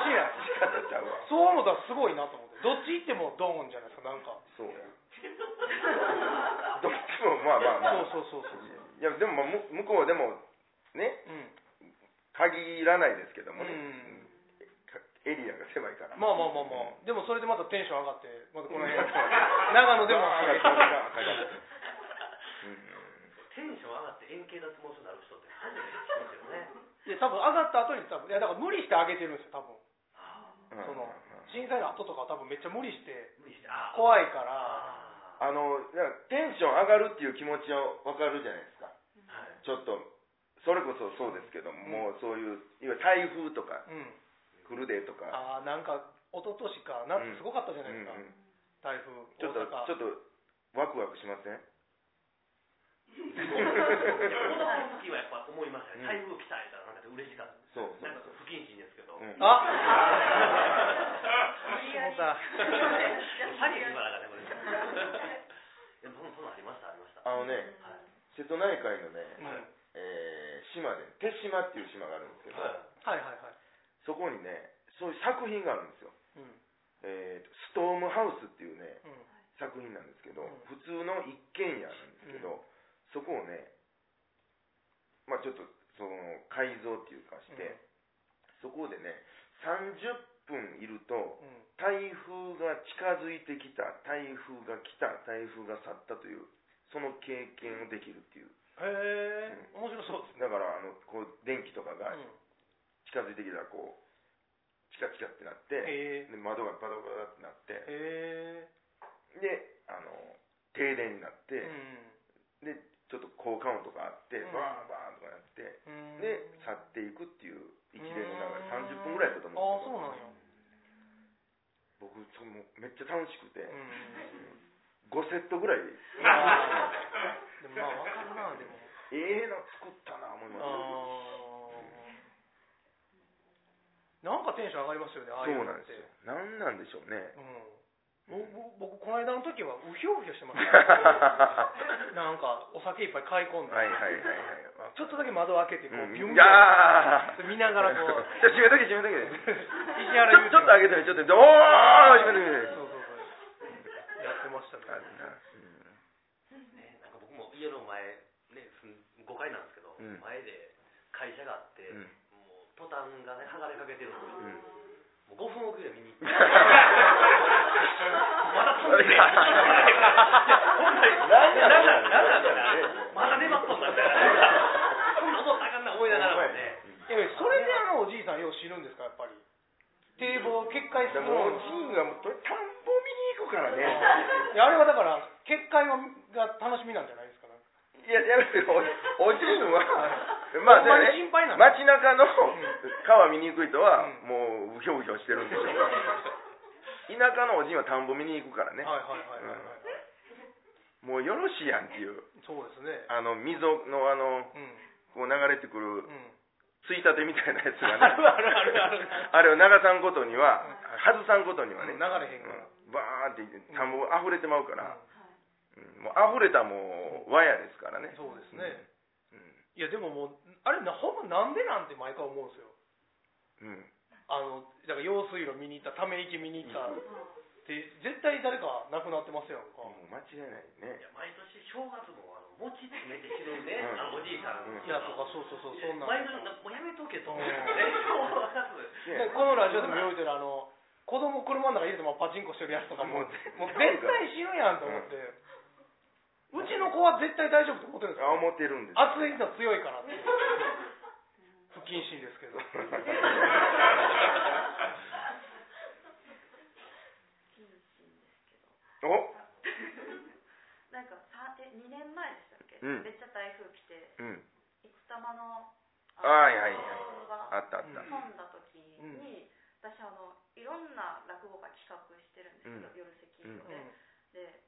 S1: 惜しか
S2: 惜しいやん
S1: ったちゃうわ
S2: そう思ったらすごいなと思ってどっち行ってもドーンじゃないですかなんか
S1: そうやどっちもまあまあまあ
S2: そうそうそうそうう
S1: いやでもまあむ向こうはでもね
S2: ん、
S1: 限らないですけどもね、
S2: うん
S1: かエリアが狭いから
S2: まあまあまあまあ、でもそれでまたテンション上がってまたこの辺 (laughs) 長野で
S1: 上
S2: も
S1: がった上がった上がった
S4: テンション上がって円形脱毛症になる人って初めて聞きますよね
S1: (laughs)
S2: いや多分上がった後に多分いやだから無理して上げてるんですよ多
S4: ああ
S1: う
S2: 分
S1: ん
S2: その
S1: うん
S2: 震災の後とかは多分めっちゃ無理して
S4: 無理してああ
S2: 怖いから
S4: ああ
S1: あのだからテンション上がるっていう気持ちは分かるじゃないですか (laughs)
S4: はい
S1: ちょっとそれこそそうですけども、もうそういういわゆる台風とか
S2: うん
S1: 来るでとか、
S2: ああなんか一昨年か夏すごかったじゃないですか、
S1: うんうん
S2: 台風
S1: ちょっと
S2: 大阪
S1: ちょっとワクワクし
S2: (laughs)
S1: ません
S4: 子供の時はやっぱ思いましたね、
S1: うん
S4: 台風来たやったらなんか嬉しかった
S1: そうそう
S4: なんか不謹慎ですけど、
S1: うん
S4: いや
S2: あ
S3: 無理やり
S2: そうだ
S4: 詐欺に言わなかったこれいやそんなそんなんありましたありました
S1: あのね
S4: はい
S1: 瀬戸内海のね、
S2: うん
S4: はい
S1: えー島で手島っていう島があるんですけど、
S4: はい
S2: はいはいはい、
S1: そこにねそういう作品があるんですよ、
S2: うん
S1: えーとストームハウスっていうね
S2: うん、
S1: 作品なんですけど、
S2: うん
S1: 普通の一軒家なんですけど、そこをねまあちょっとその改造っていうかして、そこでね30分いると
S2: うんうん
S1: 台風が近づいてきた台風が来た台風が去ったというその経験をできるっていう
S2: へえ、面白そうですね
S1: だからあのこう電気とかが
S2: うん
S1: 近づいてきたらこうチカチカってなって、で
S2: へ
S1: 窓がバタバタってなって
S2: えへ
S1: であの停電になって、
S2: え
S1: でちょっと効果音とかあって、
S2: うん
S1: バーンバーンとかやって
S2: うんうん
S1: で去っていくっていう一連の流れ30分ぐらいだったと
S2: ああーそう
S1: 思うんですけど僕そのめ
S2: なんや
S1: っちゃ楽しくて、
S2: うん
S1: 5セットぐらい
S2: あーで
S1: (laughs)
S2: もまあわかるなでも
S1: ええの作ったな思いまし
S2: あーなんかテンション上がりますよねあ
S1: た
S2: あい
S1: そうう
S2: の
S1: な
S2: っ
S1: んです
S2: て
S1: よ何なんでしょうね
S2: うんぼぼ僕この間の時はうひょうひょしてまし
S1: (laughs) は
S2: たなんかお酒いっぱい買い込ん
S1: い
S2: で、
S1: はいはいはい
S2: ちょっとだけ窓開けてこう、
S1: うん
S2: ビュンビュン
S1: いやー
S2: 見ながらこう
S1: ちょ閉めとけ閉めとけ
S2: 石
S1: ちょ
S2: 原
S1: ちょっと上げてみちょっとおー閉め
S2: そう
S1: と
S2: そうそうやってましたね
S1: けあるな
S4: ねなんか僕も家の前ね住ん5階なんですけど、
S1: うん
S4: 前で会社があって、
S1: うん
S4: もうトタンがね剥がれかけてるんですよ、
S1: うん
S4: もう5分遅れで見に行ってまだ飛んでるいやほんまに
S1: 何やろ
S4: なんなんなんなんまだ粘っとんだみたいなそんな思ったらあかんな思いながらもね
S2: えそれであのおじいさんよう死ぬんですかやっぱり堤防決壊す
S1: で
S2: る
S1: も
S2: の
S1: うジンがもうと田んぼ見に行くからね
S2: いやあれはだから決壊がが楽しみなんじゃないですかね
S1: (laughs) いややめておおじいはまあ
S2: ほんま
S1: ね
S2: に心配なの
S1: 街中の
S2: ん
S1: 川見に行く人は
S2: うん
S1: もううひょうひょしてるんでしょ田舎のおじいは田んぼ見に行くからね
S2: はいはいはいはい、はい
S1: もうよろしいやんっていう
S2: そうですね
S1: あの溝のあの
S2: うん
S1: こう流れてくる
S2: うん
S1: ついたてみたいなやつがね
S2: (laughs) あるあるあるある
S1: あれを流さんことには外さんことにはね、
S2: うん流れへんから
S1: うんバーンって田んぼ溢れてまうから、
S3: はい
S1: うんもう溢れたもう和やですからね
S2: そうですね、
S1: う
S2: いやでももうあれなほんまなんでなんて毎回思うんですよ
S1: ん、うん
S2: あのだから用水路見に行ったため池見に行ったって絶対誰か亡くなってますやんか、
S1: もう間違いないね
S4: いや毎年正月もあの餅詰めて死ぬね、
S1: うん
S4: あのおじいさん、
S1: うん
S2: いやとかそうそうそうそんなん
S4: 毎年なんかもうやめとけと、
S2: うん
S4: (laughs) ね正月
S2: でこのラジオでも言うてるあの子供車の中に入れてまあパチンコしてるやつとか
S1: も
S2: ももう
S1: う
S2: 絶
S1: 絶
S2: 対
S1: 対
S2: 死ぬやんと思って、うちの子は絶対大丈夫と思ってるんです
S1: あ
S2: よ
S1: 思ってるんです
S2: 暑いの強いからっていう不謹慎ですけど
S3: 謹慎ですけ
S1: (laughs)
S3: ど
S1: お
S3: なんかさえ2年前でしたっけ、
S1: うん
S3: めっちゃ台風来て
S1: うん
S3: 生玉のあ
S1: はいはいはいあ
S3: が
S1: ったあった、
S2: うん
S3: 飛んだ時に、私あのいろんな落語家企画してるんですけど、夜席と
S2: う
S3: で、
S2: ん
S3: で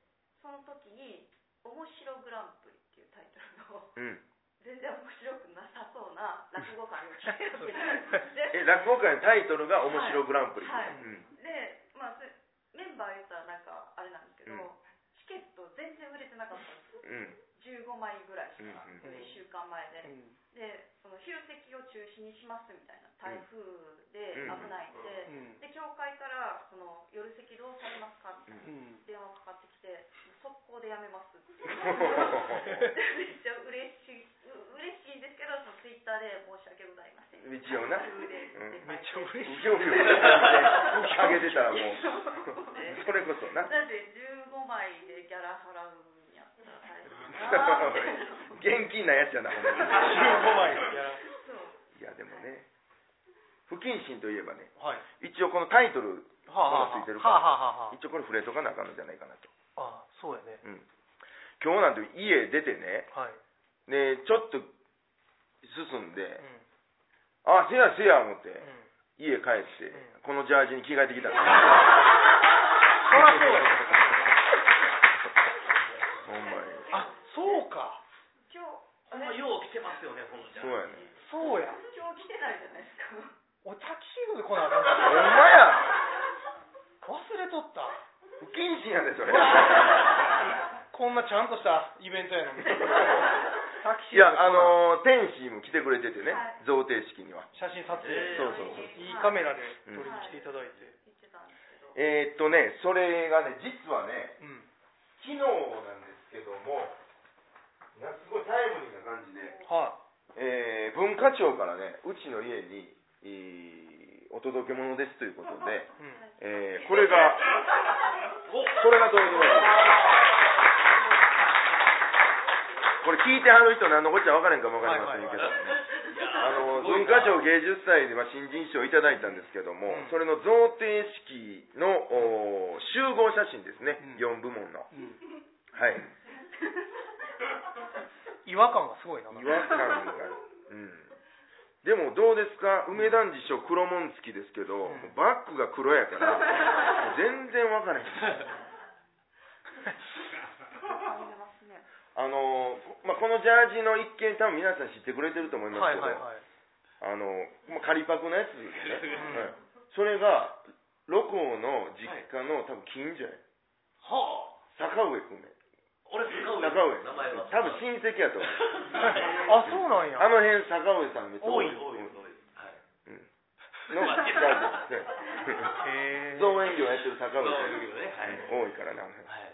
S3: その時に「面白グランプリ」っていうタイトルの (laughs)
S1: うん
S3: 全然面白くなさそうな落語家の企画で
S2: (laughs)
S1: え落語会のタイトルが「面白グランプリ」
S3: はい
S1: うん
S3: で、まあ、それメンバー言ったらなんかあれなんですけど、
S1: うん
S3: チケット全然売れてなかったんです
S1: うん
S3: 15枚ぐらいしか、
S1: うん
S2: うん
S3: 1週間前で、
S2: うん
S3: でその昼席を中止にしますみたいな台風で
S1: うん
S3: 危ないんで、
S2: うん
S3: で教会からその夜席どうされますかみた
S2: う
S3: いな
S2: ん
S3: 電話かかってきて速攻でや
S1: (laughs)
S3: めますってめっちゃ嬉しいう嬉しいんですけどそのツイッターで申し訳ございません
S1: 一応な
S3: 台風で
S1: うん
S2: めっちゃ嬉しい
S1: 右を見よう上げてたらもう
S3: (laughs) う
S1: それこそな
S3: だって15枚でギャラ払うんやったら大変だなって
S1: (laughs) 現金なやつやなほんまに
S2: 15枚いや
S3: そう
S1: いやでもね不謹慎といえばね
S2: はい
S1: 一応このタイトル
S2: はあはあはあ
S1: まだついてる
S2: は
S1: から
S2: あはあはあ
S1: 一応これ触れとかなあかんのじゃないかなと、
S2: あそうやね
S1: うん、今日なんて家出てね
S2: はい、
S1: ねちょっと進んで、
S2: うん
S1: あせやせや思って、
S2: うん、
S1: 家帰って、
S2: ん
S1: このジャージに着替えてきたのそ (laughs)
S2: らそうや
S1: ほんまに
S2: あそうか
S3: 今日
S4: ほんまよう来てますよね、この人。
S1: そうやね
S2: そうや
S3: 今日来てないじゃないですか
S2: 俺タキシードで来なあかん
S1: ほんま
S2: かった
S1: や
S2: 忘れとった (laughs)
S1: 不謹慎やでそれ
S2: こんなちゃんとしたイベントやのにタキ
S1: い
S2: シード
S1: や
S2: で来な
S1: あのー天使も来てくれててね、
S3: はい
S1: 贈呈式には
S2: 写真撮影、
S4: えー
S1: そうそうそう
S2: いいカメラで撮りに来ていただいて、
S3: 言ってたんですけど
S1: えー、っとねそれがね実はね
S2: うん
S1: 昨日なんですけどもなんかすごいタイムリーな感じで、
S2: は
S1: えー文化庁からねうちの家に、えーお届け物ですということで、
S2: い、うん、
S1: えーこれが
S4: お
S1: これがどうぞこれ聞いてはる人何のこっちゃ分からへんかも分かりませんけ
S4: い
S1: ど、
S4: や
S1: あの
S4: すごい
S1: 文
S4: な
S1: 化庁芸術祭では新人賞をいただいたんですけども、
S2: うん
S1: それの贈呈式のおー集合写真ですね、4
S2: うん
S1: 部門の、
S2: うん
S1: はい
S2: 違和感がすごいな
S1: 違和感がうんでもどうですか梅団地師匠黒紋付きですけど、
S2: う
S1: もう
S2: ん
S1: バックが黒やからもう全然分からへん
S3: 見れますね
S1: あのーまあ、このジャージの一見多分皆さん知ってくれてると思いま
S2: はい
S1: すけど、
S2: はいは
S1: あ
S2: い
S1: のーまあ、仮パクのやつですよね、
S2: うん
S1: はいそれがロコの実家の多分近所や
S4: はあ、
S1: 坂上君ね
S4: 俺、坂上。
S1: 坂上
S4: 名前は。
S1: 多
S4: (laughs)
S1: 分親戚やと思う
S2: あそうなんや
S1: あの辺坂上さんめっちゃ
S4: 多い、
S1: の
S4: 多い、多い。はい。
S2: (laughs)
S1: ジャージですね
S2: へー
S1: 造園業やってる坂
S4: そう
S1: 上さん
S4: いうね、はい。
S1: 多いからねあの辺
S4: はい。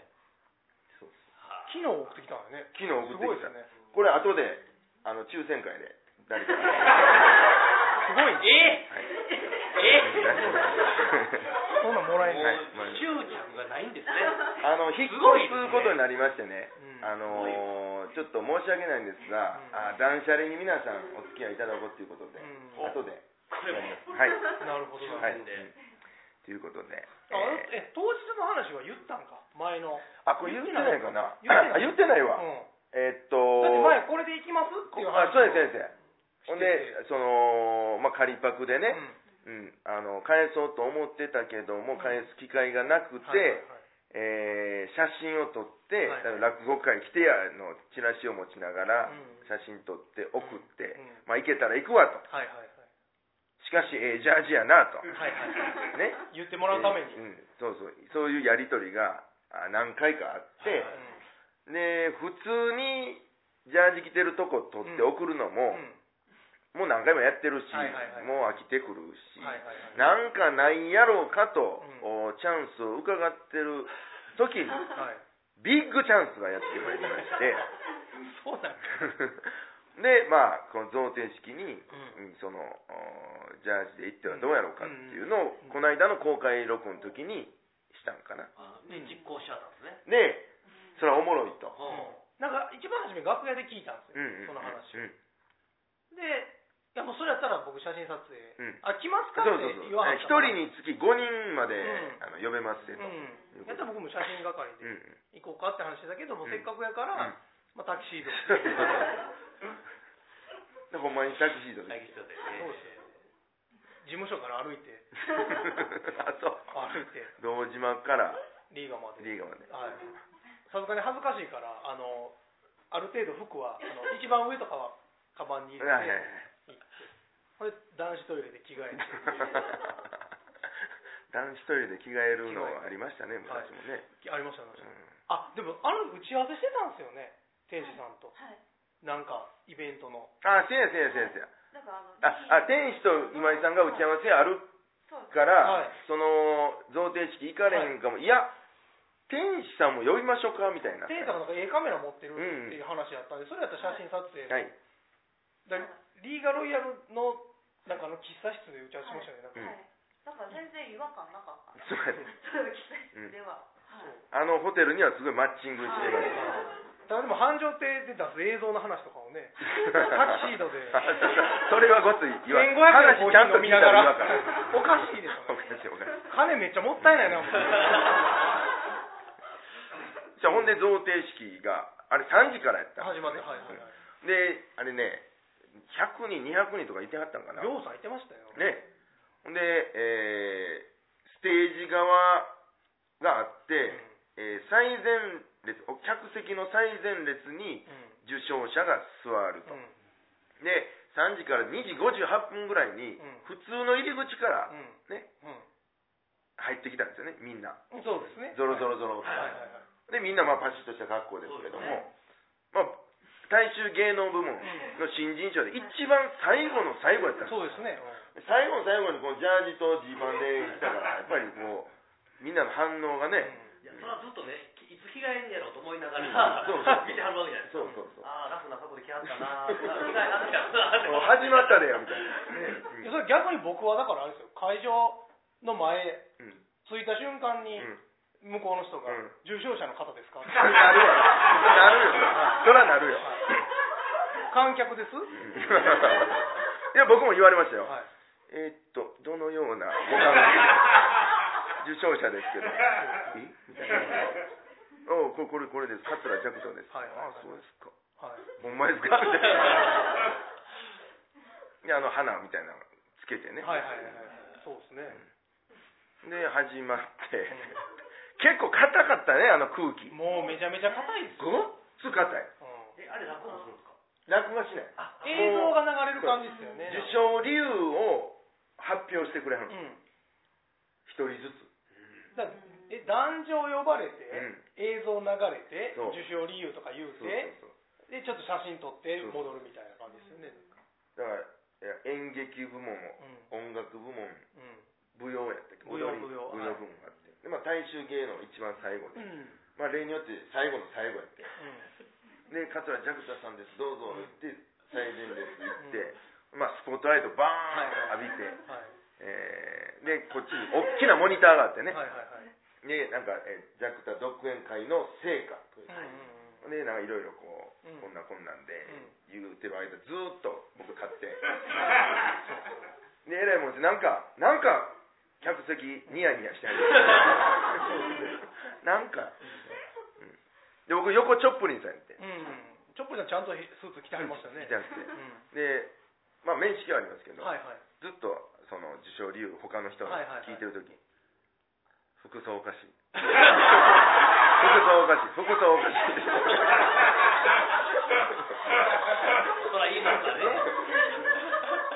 S1: そう
S4: はあ
S2: 昨日送ってきたんだよね
S1: 昨日送
S2: す
S1: って
S2: ごい
S1: き
S2: です
S1: た
S2: ね
S1: これ後であの抽選会で誰かに
S2: (laughs) すごいね
S4: え
S1: はい
S2: そんなんもらえない、
S1: はい
S4: 執着がないん
S1: (laughs)
S4: ですね。
S1: あの引っ越すことになりましてね
S2: うん
S1: あのーちょっと申し訳ないんですが、あ断捨離に皆さんお付き合いいただこうということで、
S2: うん
S1: 後で
S4: これも。
S1: はい
S2: なるほどな
S1: はい、
S4: で
S1: うんということで、
S2: あ
S1: えー
S2: え当日の話は言ったんか前の
S1: あこれ言ってないかな
S2: 言ってない
S1: あ言ってないわ、
S2: うん
S1: えーっと
S2: だって前これで行きますっていう話
S1: あそうです先
S2: してて
S1: 生ほんでそのまあ仮パクで
S2: う
S1: ね、
S2: ん
S1: うんあの返そうと思ってたけども返す機会がなくて、
S2: はいはいはい
S1: えー写真を撮って、
S2: はい
S1: だから落語会来てやのチラシを持ちながら
S2: うん
S1: 写真撮って送って、
S2: うんうん
S1: まあ行けたら行くわと
S2: はいはい
S1: しかし、えージャージやなと、
S2: はいはい
S1: ね
S2: 言ってもらうため
S1: う
S2: に、
S1: ん、そうそうそういうやり取りがあ何回かあって、
S2: うん
S1: で普通にジャージ着てるとこ撮って送るの
S2: う
S1: も、
S2: ん
S1: もう何回もやってるし、
S2: はいはいはい
S1: もう飽きてくるし、
S2: はいはいはい
S1: なんかないやろうかと、
S2: う
S1: おチャンスを伺ってる時に
S2: はい
S1: ビッグチャンスがやってまいりまして
S2: そうなんか
S1: こ (laughs) で、まあ、この贈呈式に、
S2: う
S1: うんその、おジャージで行ってはどうやろうかっていうのを
S2: うん、
S1: この間の公開録音の時にしたんかな。
S4: あで、実行しちゃったんですね。
S1: で、それはおもろいと。
S4: は
S2: なんか一番初め楽屋で聞いたんです
S1: う
S2: よ、
S1: んうん。
S2: その話
S1: うん
S2: でいやもうそれやったら僕写真撮影、
S1: うん
S2: あ来ます
S1: そう
S2: かっ
S1: そう
S2: て
S1: そう。
S2: 言わは
S1: え
S2: っ
S1: 一
S2: たから
S1: 人につき5人まで、
S2: うん
S1: あの呼べますってと。
S2: うんやったら僕も写真係
S1: う
S2: で
S1: ん。
S2: 行こうかって話してたけども、
S1: うん
S2: せっかくやから、
S1: うん
S2: まあ、タキ
S1: (laughs)
S2: シード
S1: で、ほんまにタキシー
S4: い。
S1: ド
S4: 会
S1: で。
S4: 議室で。
S2: そうですよ事務所から歩いて
S1: (laughs) あ、そう。
S2: 歩いて
S1: 堂島から
S2: リーガまで
S1: リーガまで。
S2: はいさすがに恥ずかしいからあのある程度服はあ
S1: (laughs)
S2: の一番上とかはカバンに入
S1: はいはいは
S2: れ
S1: い (laughs)
S2: てこれ男子トイレで着替えて
S1: 男子トイレで着替えるのはありましたね、昔もね。
S2: ありましたね
S1: うん
S2: あでもあの打ち合わせしてたんですよね天使さんと
S3: はい。
S2: なんかイベントの
S1: あ、せやせやせやせや。
S3: なんかあの。
S1: あ、あ、天使と今井さんが打ち合
S3: わ
S1: わせある
S3: せ
S1: か
S2: は
S1: ら、
S2: い
S1: その、贈呈式行かれへんかも。い、や、天使さんも呼びましょうか、みたいな。
S2: 天使さんがなんかええカメラ持ってるっていう話やったんでそれやったら写真撮影
S1: はい。
S2: だからリーガロイヤルのなんかあの喫茶室で打ち合わせしましたねなんか
S1: うん
S3: はい。だから全然違和感なかった。
S1: そうやね
S3: そういう季節では。はい。
S1: あのホテルにはすごいマッチングしてました。
S2: ただでも繁盛亭で出す映像の話とかをねタキシードで
S1: あ (laughs) それはごつい言わ
S2: 1500円
S1: 話
S2: のコー
S1: ちゃん
S2: ヒー
S1: と
S2: 飲
S1: 見
S2: み
S1: た
S2: なが
S1: ら言わ
S2: ら
S1: から
S2: (laughs) おかしいでしょ
S1: おかしいおかしい
S2: 金めっちゃもったいないなお前
S1: じゃあほんで贈呈式があれ3時からやったん
S2: 始まってはいはいはい
S1: であれね100人200人とかいてはったんかなね
S2: りょうさんいてましたよ
S1: ほんで、えーステージ側があって、えー最前列お客席の最前列に
S2: う
S1: 受賞者が座ると、
S2: んうん
S1: で3時から2時58分ぐらいに
S2: うん
S1: 普通の入り口から
S2: うん
S1: ね
S2: うん
S1: 入ってきたんですよねみんな
S2: うんそうですね
S1: ゾロゾロゾロ、
S2: はいはいはいはい
S1: でみんなまあパシッとした格好ですけども、
S4: そうで
S1: まあ、大衆芸能部門の新人賞で一番最後の最後やったんです
S2: そうですね
S1: 最後の最後にこのジャージとジーパンで来たからやっぱりもうみんなの反応が
S2: うん
S1: ね、
S4: いや、それはずっとね、きいつ着替えんねやろうと思いながら、
S1: そうそう
S4: 見てはるわけじゃないですか。
S1: そうそうそう
S4: ああ、ラフな格好で来はったなー、着替えなってやったなーって
S1: もう始まったでよみたい
S2: いや
S1: な、
S2: それ逆に僕はだからあれですよ会場の前
S1: うんうん
S2: 着いた瞬間
S1: う
S2: に
S1: ん
S2: 向こうの人が
S1: うん
S2: 「重症者の方ですか?」
S1: なるわなるよそらなるよ
S2: 観客で
S1: (laughs) い
S2: す
S1: や僕も言われましたよ、
S2: はい
S1: えーっとどのようなご関係受賞者です
S2: (laughs)
S1: けどえみたいなおうここれこれです桂寂聴です、
S2: はいはいはい
S1: あそうですか
S2: はい
S1: ほんまですか
S2: (laughs)
S1: みたいなであの花みたいなのつけてね、
S2: はいはいはいはいそうです
S1: で
S2: ね
S1: 始まって結構硬かったねあの空気
S2: もうめちゃめちゃ硬いです
S1: ごっつ硬い
S2: うん
S4: え、あれ、落語するんですか
S1: 落語しない
S2: 映像が流れる感じですよね
S1: 受賞理由を発表してくれは
S2: う
S1: る
S2: ん
S1: 一人ずつ
S2: だからえ壇上呼ばれ
S1: う
S2: て
S1: ん
S2: 映像流れて
S1: そう
S2: 受賞理由とか言う
S1: そうそう
S2: て
S1: そう
S2: でちょっと写真撮って
S1: そう
S2: 戻るみたいな感じですよね
S1: だからいや演劇部門
S2: うん
S1: 音楽部門
S2: う
S1: 舞踊やったっけ
S2: 舞踊
S1: 踊り
S2: 舞踊
S1: 舞踊部門があって、でまあ、大衆芸能一番最後で、
S2: んうん
S1: まあ、例によって最後の最後やって
S2: うん
S1: で桂ジャクタさんですどうぞ言って最前列行って、まあ、スポットライトバーン浴びて、
S2: はい
S1: えーでこっちに大きなモニターがあってね、
S2: はいはいはい
S1: でなんか、えージャクタ独演会の成果という
S2: う
S1: で
S2: んうん
S1: なんかいろいろこう、
S2: う
S1: こ
S2: ん
S1: んなこんなんで言うてる間ずーっと僕立っ
S2: (laughs)
S1: てでえらいもんですなんかなんか客席ニヤニヤしてはる
S2: (laughs)
S1: なんか、うんで僕横チョップリンさんやって
S2: うんうんチョップリンさんちゃんとスーツ着てありましたね
S1: 来てはって
S2: うん
S1: でまあ面識はありますけど、
S2: はいはい
S1: ずっとその受賞理由他の人の
S2: はいはいはい
S1: 聞いてる時、服装お
S2: (laughs)
S1: かしい服装おかしい服装おかし
S4: そら、いいもんだ (laughs) ね。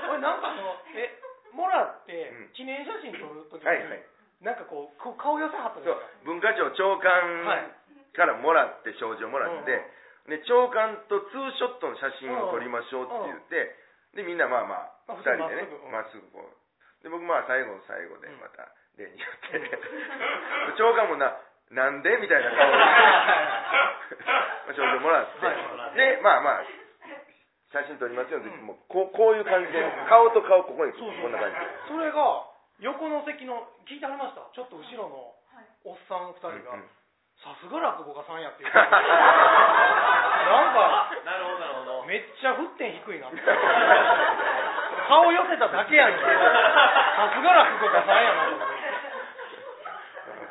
S2: これなんかあのえもらって
S1: うん
S2: 記念写真撮るとき
S1: いはいはい
S2: なんかこうこう顔寄せはった (laughs) じ
S1: そ
S2: ゃ
S1: う
S2: ないですか
S1: 文化庁長官からもらって賞状もらって、で長官とツーショットの写真を撮りましょうって言って、でみんなまあまあ
S2: まあ
S1: 2人でねま
S2: ま
S1: っすぐこうで僕まあ最後の最後で
S2: うん
S1: また例によって、 (laughs) 長官もななんでみたいな顔でまあ賞状もらって、
S2: はい
S1: でまあまあ写真撮りますよね、
S2: うん
S1: もうこうこういう感じで顔と顔ここに
S2: そうそう
S1: こんな感じ
S2: それが横の席の聞いてはりましたちょっと後ろの
S3: はい。
S2: おっさん2人が
S1: うんうん
S2: さすが落語家さんや
S1: (laughs)
S2: っていうなんか
S4: あなるほど、なるほど。
S2: めっちゃ沸点低いなって顔寄せただけやんけさすが落語家さんやなと思って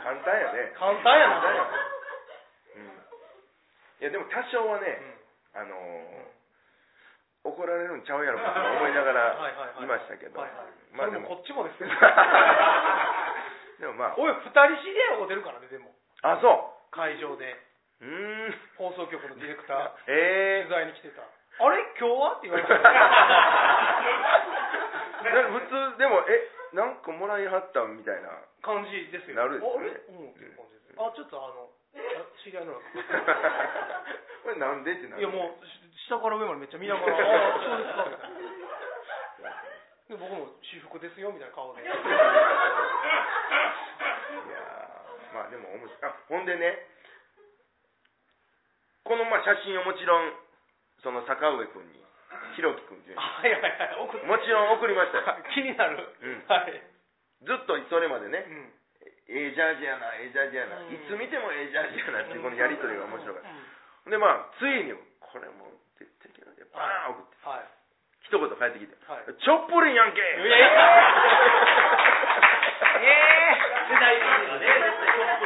S1: 簡単やね、
S2: 簡単やなと思って
S1: うん、いやでも多少はね、あのー怒られるんちゃうやろ
S2: (laughs)
S1: かと思いなが
S2: はいは
S1: ら
S2: いはい
S1: いましたけど
S2: はいはい
S1: まあ
S2: そ
S1: で
S2: れも
S1: も
S2: こっちもですよ
S1: (laughs) でもまあ
S2: おい2人知り合いが出るからねでも
S1: あそ
S2: 会場で
S1: ううーん
S2: 放送局のディレクター
S1: え
S2: 取
S1: え
S2: 材に来てた「あれ今日は?」って言われまし
S1: (laughs)
S2: た
S1: ー、なんか普通でもえなんかもらいはったみたいな (laughs)
S2: 感じですよ
S1: なるでしょうね
S2: あれうんっていう感じですあちょっとあのあ知り合いの落語家
S1: (laughs) これなんでってなる
S2: いやもうし下から上までめっちゃ見
S1: (laughs)
S2: ながら「ああそうですか」みたいなで僕も私服ですよみたい
S1: (laughs)
S2: な顔で
S1: いやーまあでも面白いあほんでねこのまあ写真をもちろんその坂上くんにひろきくんっていう人
S2: はいはいはい送っ
S1: にもちろん送りましたよ
S2: (laughs) 気になる、
S1: うん
S2: はい、
S1: ずっとそれまで
S2: う
S1: ね
S2: ん、
S1: ええジャージやなええジャージやな、
S2: うん
S1: いつ見てもええジャージやなっていうこのやり取りが面白かった、
S2: うん
S1: でまあついにこれもう絶対いけないでバーン送って
S2: はい
S1: 一言返ってきて
S2: はい
S1: 「チョップリンやんけ!」
S2: いやい
S4: 世
S1: (laughs)
S4: 代的にはね、ショップ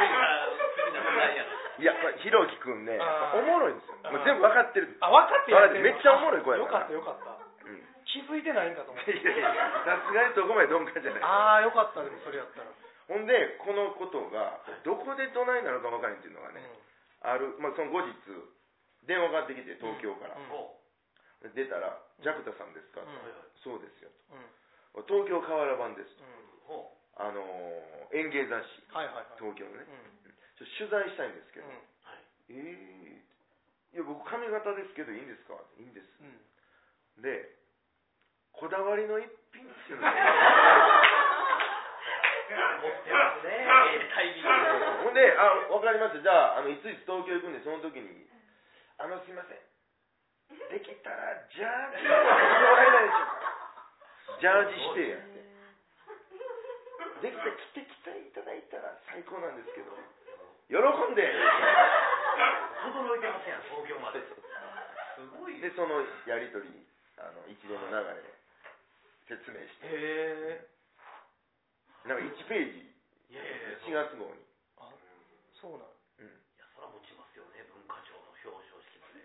S4: リンが好きな世代やから。
S1: (laughs) いやこれひろきくんねやっぱおもろいんですよ
S2: あー
S1: もう全部わかってる
S2: あ分かってやってる
S1: めっちゃおもろい子や
S2: よ
S1: か
S2: からったよかった
S1: うん
S2: 気づいてないんだと思っ
S1: い
S2: て
S1: やいやさすがにそこまで鈍感じゃない
S2: ああよかったでもそれやったら、
S1: ほんでこのことがどこでどないなのか分からへんっていうのがね、ある、まあ、その後日電話がかかってきて東京から、
S2: うん
S4: そ
S1: 出たら「ジャクタさんですか
S2: うん
S4: う。はいはい。
S1: そうですよ
S2: うんうん
S1: と「東京河原版です
S4: ほう。」
S1: あのー園芸雑誌
S2: はいはいはい、
S1: 東京のね
S2: うん
S1: ちょ取材したいんですけど、
S2: うん
S1: ええー、いや僕髪型ですけどいいんですかいいんです
S2: うん
S1: でこだわりの一品っていうの
S2: (laughs)
S4: 持ってますね。ええタイミング。
S1: ほんで、あ、わかりました。じゃあ、あの、いついつ東京行くんで、その時に、あの、すいません。できたら、ジャージもらえないでしょうか。ジャージしてや (laughs) って。できた、着てきていただいたら最高なんですけど、喜んで。
S4: 驚いてません、東京まで。すごいね。
S1: で、そのやりとり、あの、一連の流れ、説明して。
S2: へえ
S1: なんか1ページ、
S4: いやいやいや、
S1: 4月号に。
S2: そうなの
S1: うん。
S4: いや、そら持ちますよね、文化庁の表彰式まで。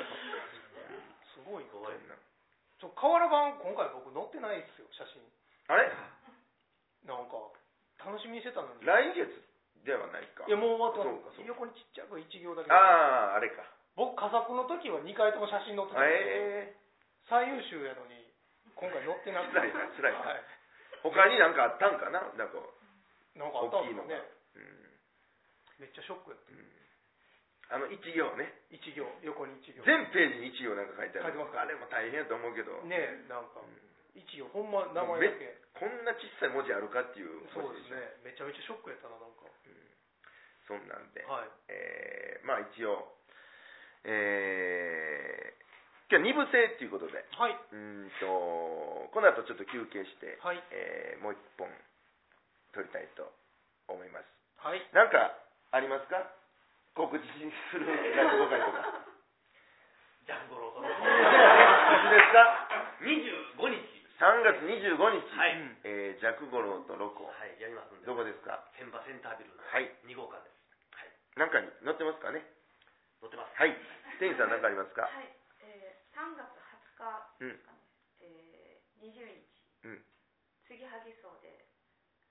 S2: すごいな
S4: すごいな。
S2: ちょ瓦版今回僕載ってないっすよ写真
S1: (laughs) あれ
S2: なんか楽しみにしてたのにい
S1: 来月ではないか。
S2: やもう終わっ
S1: そうかそう
S2: た
S1: か
S2: 横にちっちゃく1行だけ
S1: ああ、あれか。
S2: 僕佳作の時は2回とも写真載ってたんで
S1: ええ
S2: 最優秀やのに今回載ってなくて
S1: 辛いな辛いな
S2: はい
S1: 他になんかあったんかななんか、
S2: なんかあったんですかね
S1: うん、
S2: めっちゃショックやった
S1: あの一行ね
S2: 1行横に1行
S1: 全ページに一行なんか書いてある
S2: 書いてます
S1: あれも大変やと思うけど、
S2: ねえなんか
S1: ん
S2: 1行ほんま名前だけ
S1: こんな小さい文字あるかっていう
S2: そう
S1: 文
S2: で
S1: 字
S2: す
S1: しょ
S2: ねめちゃめちゃショックやったななんか
S1: そんなんで、
S2: はい
S1: えー、まあ一応えー、今日は二部制っていうことで
S2: はいう
S1: ーんとこの後ちょっと休憩して、
S2: はい
S1: えーもう一本撮りたいと思います
S2: はい
S1: なんかありますか告知する落語会とか
S4: ジャンゴロウ
S1: 告知ですか
S4: 25日。
S1: 3月25日、
S4: はい
S1: えー、ジャクゴロウとロコ、
S4: はい、やりますんで。
S1: どこですか
S4: 千葉センタービルの
S1: はい
S4: 2号館です。はい。
S1: なんかに載ってますかね
S4: 乗ってます。
S1: はい店員さん何かありますか
S3: はい。えー、3月20日、
S1: うん
S3: えー、20日、
S1: うん、
S3: 次はぎそうで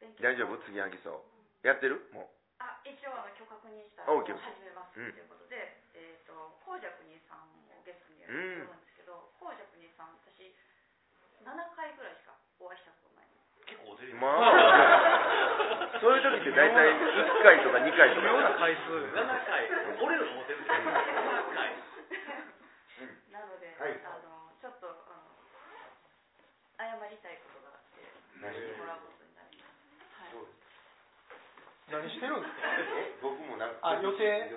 S3: 勉
S1: 大丈夫次はぎそうやってるも
S3: あ一応あの今日確認した
S1: あ
S3: ら
S1: OK
S3: 始めますと
S1: うん
S3: いうことで、えっ、ー、と紅雀兄さんをゲストにや
S1: うん
S3: るんですけど、紅雀兄さん私7回ぐらいしかお会いしたことないんです
S4: 結構お出
S1: う
S4: る。
S1: まあ (laughs) そういう時って大体1回とか2回とか
S2: 微妙な回数
S4: 7回。俺らのモテる。7回。
S3: (laughs) なので、
S1: はい
S3: あのちょっとあの謝りたいことがあって
S1: 何
S3: してもらうことになります、 (laughs) はい、
S2: 何してるんですか
S1: え僕もなん
S2: あ予定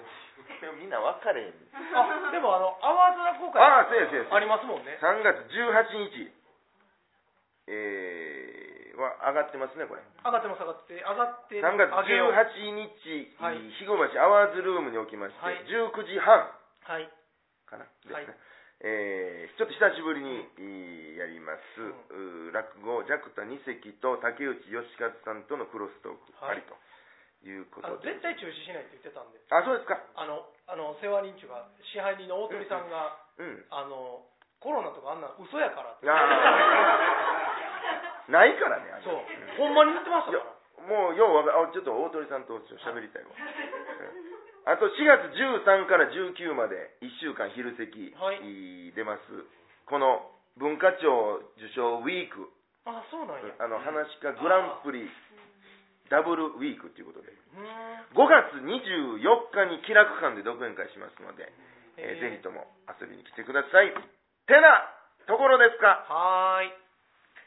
S1: 予 (laughs) みんな分かれへん。
S2: あ、でもあの、アワーズ落語会
S1: ああ、そうやそうやそう
S2: ありますもんね。
S1: 3月18日、えー、は上がってますね、これ。
S2: 上がってます、上がって、上がって、
S1: 3月
S2: 上げよう
S1: 18日、
S2: はい
S1: 肥後町アワーズルームにおきまして、
S2: はい
S1: 19時半
S2: はい。
S1: かな、ですね
S2: はい
S1: えーちょっと久しぶりにえーやります、うー落語、ジャクタ2席と竹内義和さんとのクロストークあ
S2: はい
S1: りというこ
S2: あの
S1: とで、
S2: 絶対中止しないって言ってたんで、
S1: あそうですか、
S2: あの、あの、世話人中が、支配人の大鳥さんが、
S1: うん、
S2: あの、コロナとかあんなの嘘やからって。
S1: あーないからね、あれ
S2: (laughs) そう。ほんまに言ってましたから。
S1: もうようわかあちょっと大鳥さんとちょっと喋りた (laughs) いわ、あと4月13から19まで1週間昼席、
S2: はい
S1: い出ますこの文化庁受賞ウィーク
S2: あ、そうなんや。
S1: あの話し家グランプリダブルウィークということで
S2: うーん。
S1: 5月24日に気楽館で独演会しますので、えーぜひ
S2: と。
S1: とも遊びに来てくださいてなところですか
S2: はーい。